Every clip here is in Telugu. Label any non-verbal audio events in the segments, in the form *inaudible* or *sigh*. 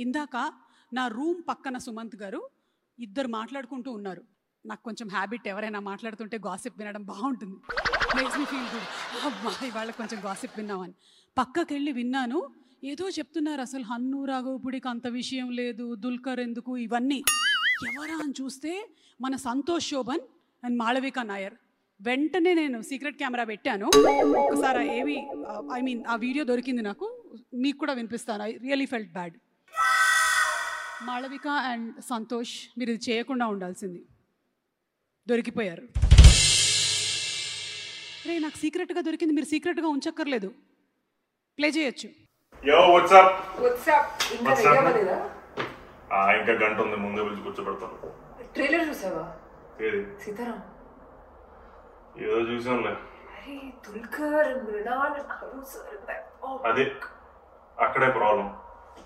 వెళ్ళాక నా రూమ్ పక్కన సుమంత్ గారు ఇద్దరు మాట్లాడుకుంటూ ఉన్నారు నాకు కొంచెం హ్యాబిట్ ఎవరైనా మాట్లాడుతుంటే గాసిప్ వినడం బాగుంటుంది మేక్స్ మీ ఫీల్ గుడ్ అబ్బా ఇవాళ కొంచెం గాసిప్ విన్నామని పక్కకి వెళ్ళి విన్నాను ఏదో చెప్తున్నారు అసలు హన్ను రాఘవపుడికి అంత విషయం లేదు దుల్కర్ ఎందుకు ఇవన్నీ ఎవరా అని చూస్తే మన సంతోష్ శోభన్ అండ్ మాళవిక నాయర్ వెంటనే నేను సీక్రెట్ కెమెరా పెట్టాను ఒకసారి ఏవి ఐ మీన్ ఆ వీడియో దొరికింది నాకు మీకు కూడా వినిపిస్తాను I really felt bad Malavika and Santosh మీరు ఇది చేయకుండా ఉండాల్సింది దొరికిపోయారు రే నాకు సీక్రెట్గా దొరికింది మీరు సీక్రెట్గా ఉంచక్కర్లేదు ప్లే చేయొచ్చు యో వాట్సాప్ వాట్సాప్ ఇంకా What's up? రెడీ అవ్వలేదా ఇంకా గంట ఉంది ముందే పిలిచి కూర్చోబెడతాను ట్రైలర్ చూసావా ఏది సీతారాం ఏదో చూసాంలే అరే దుల్కర్ మృణాల్ హరు సార్ ఓ అదే అక్కడే ప్రాబ్లం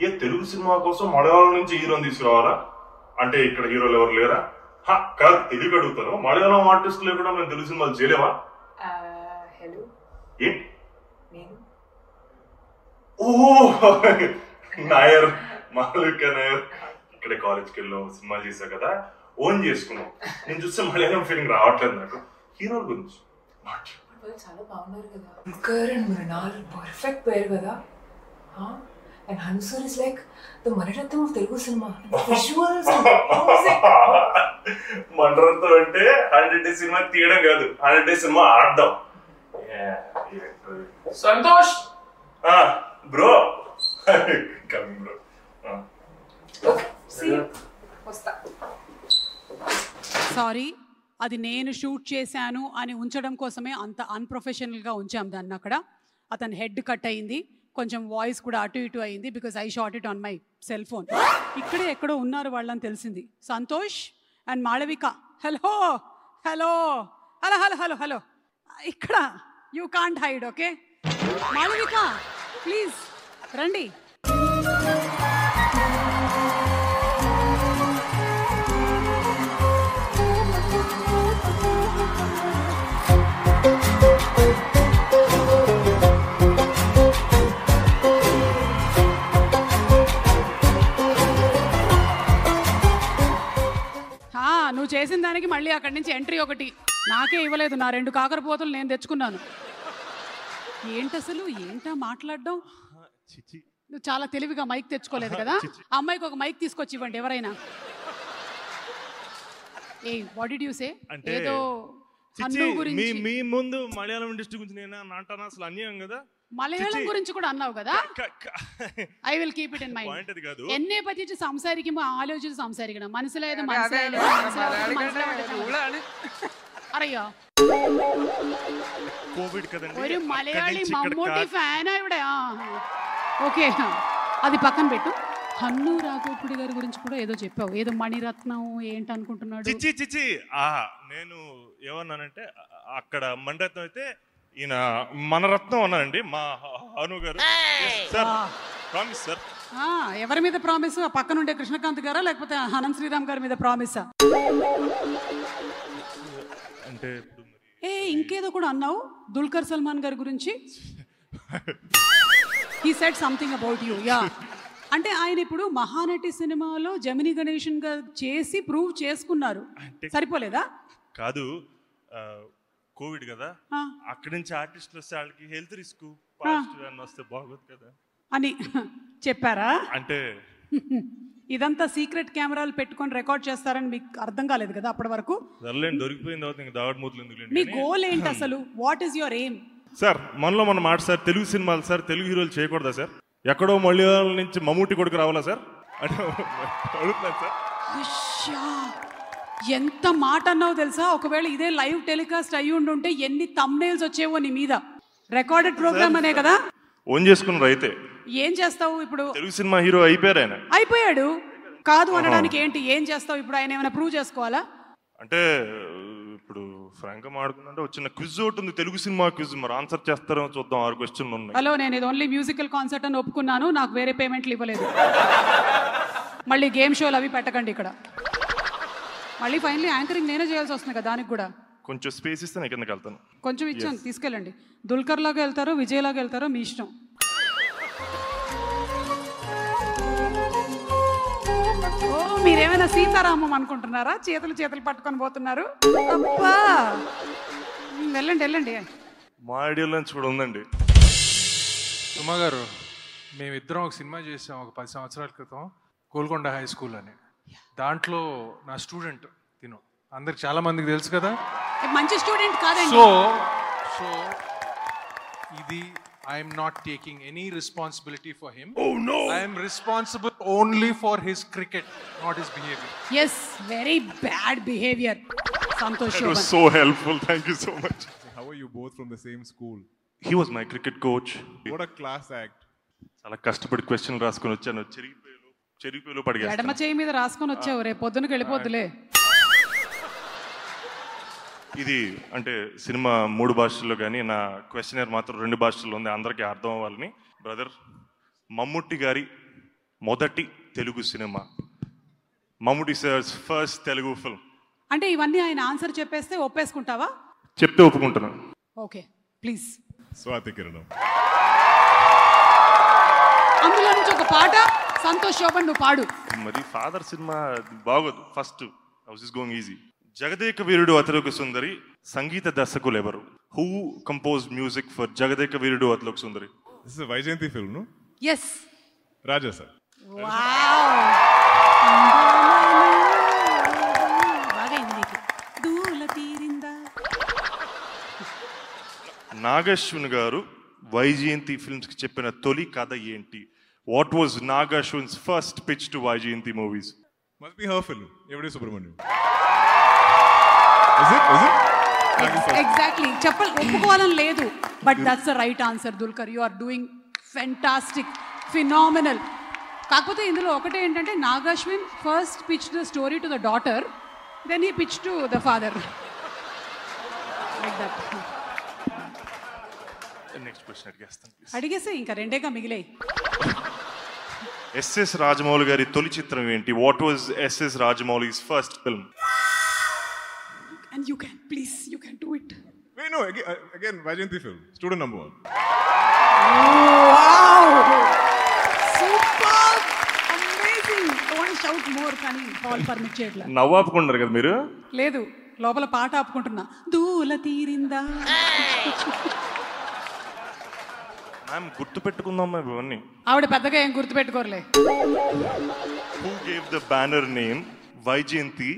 ఏ తెలుగు సినిమా కోసం మలయాళం నుంచి హీరోని తీసుకురావాలా అంటే ఇక్కడ హీరోలు ఎవరు లేరా హా, కాదు తెలుగు అడుగుతాను మలయాళం ఆర్టిస్టులు లేకుండా మేము తెలుగు సినిమాలు చేయలేవా ఆ, హలో ఏంటి Uh, నేను ఓ నాయర్ మాలిక నాయర్ ఇక్కడే కాలేజ్కి వెళ్ళాం సినిమాలు చేశావు కదా ఓన్ చేసుకున్నాం నేను చూస్తే మలయాళం ఫీలింగ్ రావట్లేదు నాకు హీరోల గురించి Not ఇప్పుడు వాళ్ళు చాలా బాగున్నారు కదా దుల్కర్ అండ్ మృణాల్ పర్ఫెక్ట్ పేరు కదా అండ్ హన్సూర్ ఇస్ లైక్ ద మరణత్వం ఆఫ్ తెలుగు సినిమా విజువల్స్ *laughs* మండరంతో అంటే హండ్రెడ్ డేస్ సినిమా తీయడం కాదు హండ్రెడ్ డేస్ సినిమా ఆడడం సంతోష్ బ్రో *laughs* కమింగ్ బ్రో వస్తా సారీ అది నేను షూట్ చేశాను అని ఉంచడం కోసమే అంత అన్ప్రొఫెషనల్గా ఉంచాం దాన్ని అక్కడ అతని హెడ్ కట్ అయింది కొంచెం వాయిస్ కూడా అటు ఇటు అయింది because I shot it on my cell phone ఇక్కడే ఎక్కడో ఉన్నారు వాళ్ళని తెలిసింది Santosh and Malavika hello hello hello hello hello hello ఇక్కడ you can't hide okay Malavika please రండి ఆ, నువ్వు చేసిన దానికి మళ్ళీ అక్కడి నుంచి ఎంట్రీ ఒకటి నాకే ఇవ్వలేదు నా రెండు కాకరపోతులు నేను తెచ్చుకున్నాను ఏంటి అసలు ఏంటా మాట్లాడడం నువ్వు చాలా తెలివిగా మైక్ తెచ్చుకోలేదు కదా ఆ అమ్మాయికి ఒక మైక్ తీసుకొచ్చి ఇవ్వండి ఎవరైనా ఏ వాట్ డిడ్ యూ సే అంటే- ఏదో చిచ్చి, హన్ను మీ గురించి మీ ముందు మలయాళం ఇండస్ట్రీ గురించి నేను అన్న- అంటాను అసలు అన్యాయం కదా మలయాళం చిచ్చి. గురించి కూడా అన్నావు కదా క- క- I will keep it in mind point అది కాదు എന്നെ പറ്റിയിട്ട് സംസാരിക്കുമ്പോ ആലോചിച്ച് സംസാരിക്കണം മനസ്സിലായത് മനസ്സിലായില്ല മനസ്സിലാവാത്തത് മനസ്സിലാവാണ്ടിരിക്കണം. അറിയോ కోవిడ్ కదండి ഒരു అక్కడి മലയാളി నుంచి ఇక్కడ മമ്മൂട്ടി కా- ഫാനാ ഇവിടെ ആ ఓకే అది పక్కన పెట్టు హన్ను రాఘోపుడి గారి గురించి కూడా ఏదో చెప్పావు ఏదో మణిరత్నం ఏంటి అనుకుంటున్నాడు చిచ్చి చిచ్చి ఆ నేను ఏమన్నానంటే అ- అక్కడ మణిరత్నం అయితే ఈయన మన రత్నం అన్నానండి మా Anu garu sir promise sir ఆ, ఎవరి మీద ప్రామిస్ పక్కన ఉండే కృష్ణకాంత్ గారా లేకపోతే హనం శ్రీరామ్ గారి మీద ప్రామిసా అంటే ఇప్పుడు మరి *laughs* ఏ ఇంకేదో కూడా అన్నావు దుల్కర్ సల్మాన్ గారి గురించి he said something about you yeah అంటే ఆయన ఇప్పుడు మహానటి సినిమాలో జమిని గణేషన్ గారు చేసి ప్రూవ్ చేసుకున్నారు అంటే- సరిపోలేదా కాదు ఆ, కోవిడ్ కదా ఆ, అక్కడి నుంచి ఆర్టిస్టులు వస్తే వాళ్ళకి హెల్త్ రిస్క్ పాజిటివ్ అని వస్తే బాగోదు కదా అని *laughs* చెప్పారా అంటే *laughs* ఇదంతా సీక్రెట్ కెమెరాలు పెట్టుకొని రికార్డ్ చేస్తారని మీకు అర్థం కాలేదు కదా అప్పటి వరకు సర్లేండి దొరికిపోయిన తర్వాత ఇంకా దావడ మూతులు ఎందుకు మీ గోల్ ఏంటి అసలు what is your aim sir మనలో మన మాట సార్ తెలుగు సినిమాలు సార్ తెలుగు హీరోలు చేయకూడదా సార్ ఎక్కడో మలయాళం నుంచి మమ్మూటి కొడుకు రావాలా సార్ అంటే అడుగుతున్నాను సార్ అయ్యా, ఎంత మాట అన్నావు తెలుసా ఒకవేళ ఇదే లైవ్ టెలికాస్ట్ అయ్యి ఉండుంటే ఎన్ని తమ్నేల్స్ వచ్చేవో నీ మీద రికార్డెడ్ ప్రోగ్రామ్ అనే కదా ఓన్ చేసుకున్నారు అయితే ఏం చేస్తావు ఇప్పుడు తెలుగు సినిమా హీరో అయిపోయారు ఆయన అయిపోయాడు కాదు అనడానికి ఏంటి ఏం చేస్తావు ఇప్పుడు ఆయన ఏమైనా ప్రూవ్ చేసుకోవాలా అంటే ఇప్పుడు ఫ్రాంక్ ఆడుకుంటే ఒక చిన్న క్విజ్ ఒకటి ఉంది తెలుగు సినిమా క్విజ్ మరి ఆన్సర్ చేస్తారో చూద్దాం ఆరు క్వశ్చన్లు ఉన్నాయి హలో నేను ఇది ఓన్లీ మ్యూజికల్ కాన్సర్ట్ అని ఒప్పుకున్నాను నాకు వేరే పేమెంట్లు ఇవ్వలేదు మళ్ళీ గేమ్ షోలు అవి పెట్టకండి ఇక్కడ మళ్ళీ ఫైనలీ యాంకరింగ్ నేనే చేయాల్సి వస్తుంది కదా దానికి కూడా కొంచెం స్పేస్ ఇస్తే నేను కిందకి వెళ్తాను కొంచెం ఇచ్చాను తీసుకెళ్ళండి దుల్కర్ లాగా వెళ్తారో విజయ్ లాగా వెళ్తారో మీ ఇష్టం ఓ మీరేమైనా సీతారామం అనుకుంటున్నారా చేతులు చేతులు పట్టుకొని పోతున్నారు అబ్బా ఉమ్, వెళ్ళండి వెళ్ళండి మా ఐడియాలో నుంచి కూడా ఉందండి సుమా గారు మేమిద్దరం ఒక సినిమా చేసాం ఒక పది సంవత్సరాల క్రితం గోల్కొండ హై స్కూల్ అని దాంట్లో నా స్టూడెంట్ తిను అందరికి చాలా మందికి తెలుసు కదా ఏ, మంచి స్టూడెంట్ కాదండి సో సో ఇది I'm not taking any responsibility for him I'm responsible only for his cricket not his behaviour yes very bad behaviour Santosh it was Shobhan. So helpful thank you so much How are you both from the same school? He was my cricket coach What a class act. చాలా కష్టపడి క్వశ్చన్ రాసుకొని వచ్చాను చెరిగిపోయాలు చెరిగిపోయాలు ఎడమ పడిగా చేయి మీద రాసుకొని వచ్చావు రేపు పొద్దునకి వెళ్ళిపోద్దులే ఇది అంటే సినిమా మూడు భాషల్లో కానీ నా క్వశ్చనర్ మాత్రం రెండు భాషల్లో ఉంది అందరికీ అర్థం అవ్వాలని బ్రదర్ మమ్ముట్టి గారి మొదటి Telugu cinema Mammootty sir's first Telugu film అంటే ఇవన్నీ ఆయన ఆన్సర్ చెప్పేస్తే ఒప్పేసుకుంటావా చెప్తే ఒప్పుకుంటున్నాను ఓకే ప్లీజ్ Swati Kiranam. అందులో నుంచి ఒక పాట సంతోష్ శోభన్ నువ్వు పాడు మరి ఫాదర్ సినిమా బాగోదు first house is going easy Jagadeka Veerudu Athiloka Sundari సంగీత దర్శకులు ఎవరు who compose music for Jagadeka Veerudu Athiloka Sundari This is a Vaijayanti film, no? Yes Raja sir. Wow బాగా అయింది నీకు. దూల తీరిందా నాగశ్వన్ గారు వైజయంతి ఫిల్మ్స్ కి చెప్పిన తొలి కథ ఏంటి what was Nag Ashwin's first pitch to Vyjayanthi movies Must be her film. Every Subramaniam. Is it? Is it? Thank you, sir. Exactly చెప్పాలి ఒప్పుకోవాలని లేదు but that's the right answer Dulquer you are doing fantastic phenomenal కాకపోతే ఇందులో ఒకటే ఏంటంటే Nag Ashwin first pitch the story to the daughter then he pitch to the father like that next question అడిగేస్తాను అడిగేసే ఇంకా రెండేగా మిగిలాయి ఎస్ఎస్ రాజమౌళి గారి తొలి చిత్రం ఏంటి what was SS Rajamouli's first film and you can please you can do it Wait, no. Again, uh, again Vaijayanti film. Student number one. Super amazing own shout more కానీ కాల్ పర్మిట్ చేయట్లా నవ్వాపుకున్నారు కదా మీరు లేదు లోపల పాట ఆపుకుంటున్నా దూల తీరిందా మ్యామ్ గుర్తుపెట్టుకుందాం మేము ఇవన్నీ ఆవిడ పెద్దగా ఏం గుర్తుపెట్టుకోరలే who gave the banner name Vyjayanthi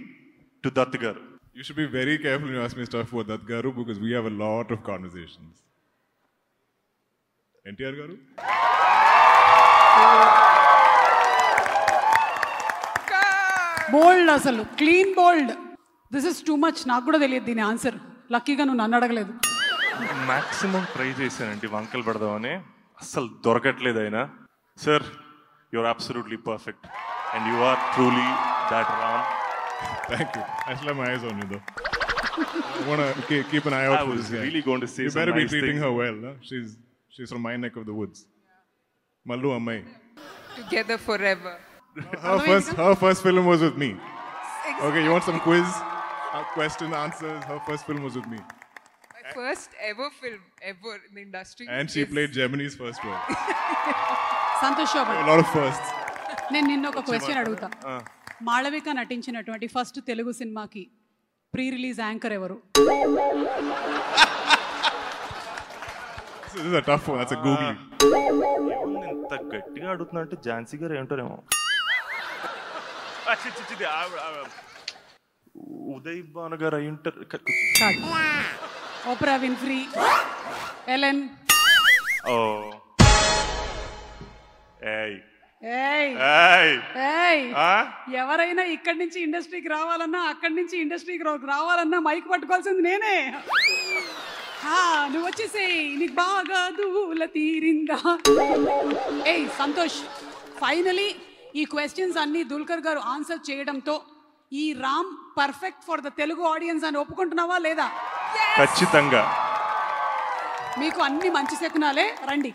to Dutt garu You should be very careful when you ask me stuff about that Garu because we have a lot of conversations. NTR Garu? Bold అసలు clean bold this is too much నాకు కూడా తెలియదు దీని ఆన్సర్ లక్కీగా నువ్వు నన్ను అడగలేదు మాక్సిమం ట్రై చేశానండి వంకలు పెడదామని అస్సలు దొరకట్లేదు ఆయన sir you are absolutely perfect and you are truly that Ram Thank you. I shall have my eyes on you though. I want to keep, keep an eye out I for was this guy. really going to say You some better be nice treating things. her well. Huh? She's she's from my neck of the woods. Mallu Ammai. together forever. Her first her first film was with me. Okay, you want some quiz? Uh, question answers. Her first film was with me, My first ever film ever in the industry. and she Yes. played Germany's first role. Santosh Shobhan A lot of firsts. నేను నిన్న ఒక క్వశ్చన్ అడుగుతా మాళవిక నటించినటువంటి ఫస్ట్ తెలుగు సినిమాకి ప్రీ రిలీజ్ యాంకర్ ఎవరు This is a tough one. That's a googly. ఏముంది ఇంత గట్టిగా అడుగుతున్నా అంటే ఝాన్సీ గారు ఏమంటారేమో ఆ, చి, చి, చి, ఆవిడ, ఆవిడ. ఉదయ్ భాను గారు అయి ఉంటారు కాదు ఓప్రా విన్ఫ్రీ ఎలెన్ ఓ ఏయ్ ఏయ్ ఏయ్ ఏయ్ ఆ? ఎవరైనా ఇక్కడి నుంచి ఇండస్ట్రీకి రావాలన్నా అక్కడి నుంచి ఇండస్ట్రీకి రా- రావాలన్నా మైక్ పట్టుకోవాల్సింది నేనే ఆ, నువ్వు వచ్చేసేయ్ నీకు బాగా దూల తీరిందా ఏయ్ సంతోష్ ఫైనలీ ఈ క్వశ్చన్స్ అన్ని దుల్కర్ గారు ఆన్సర్ చేయడంతో ఈ Ram perfect for the Telugu audience అని ఒప్పుకుంటున్నావా లేదా ఖచ్చితంగా మీకు అన్ని మంచి శకునాలే రండి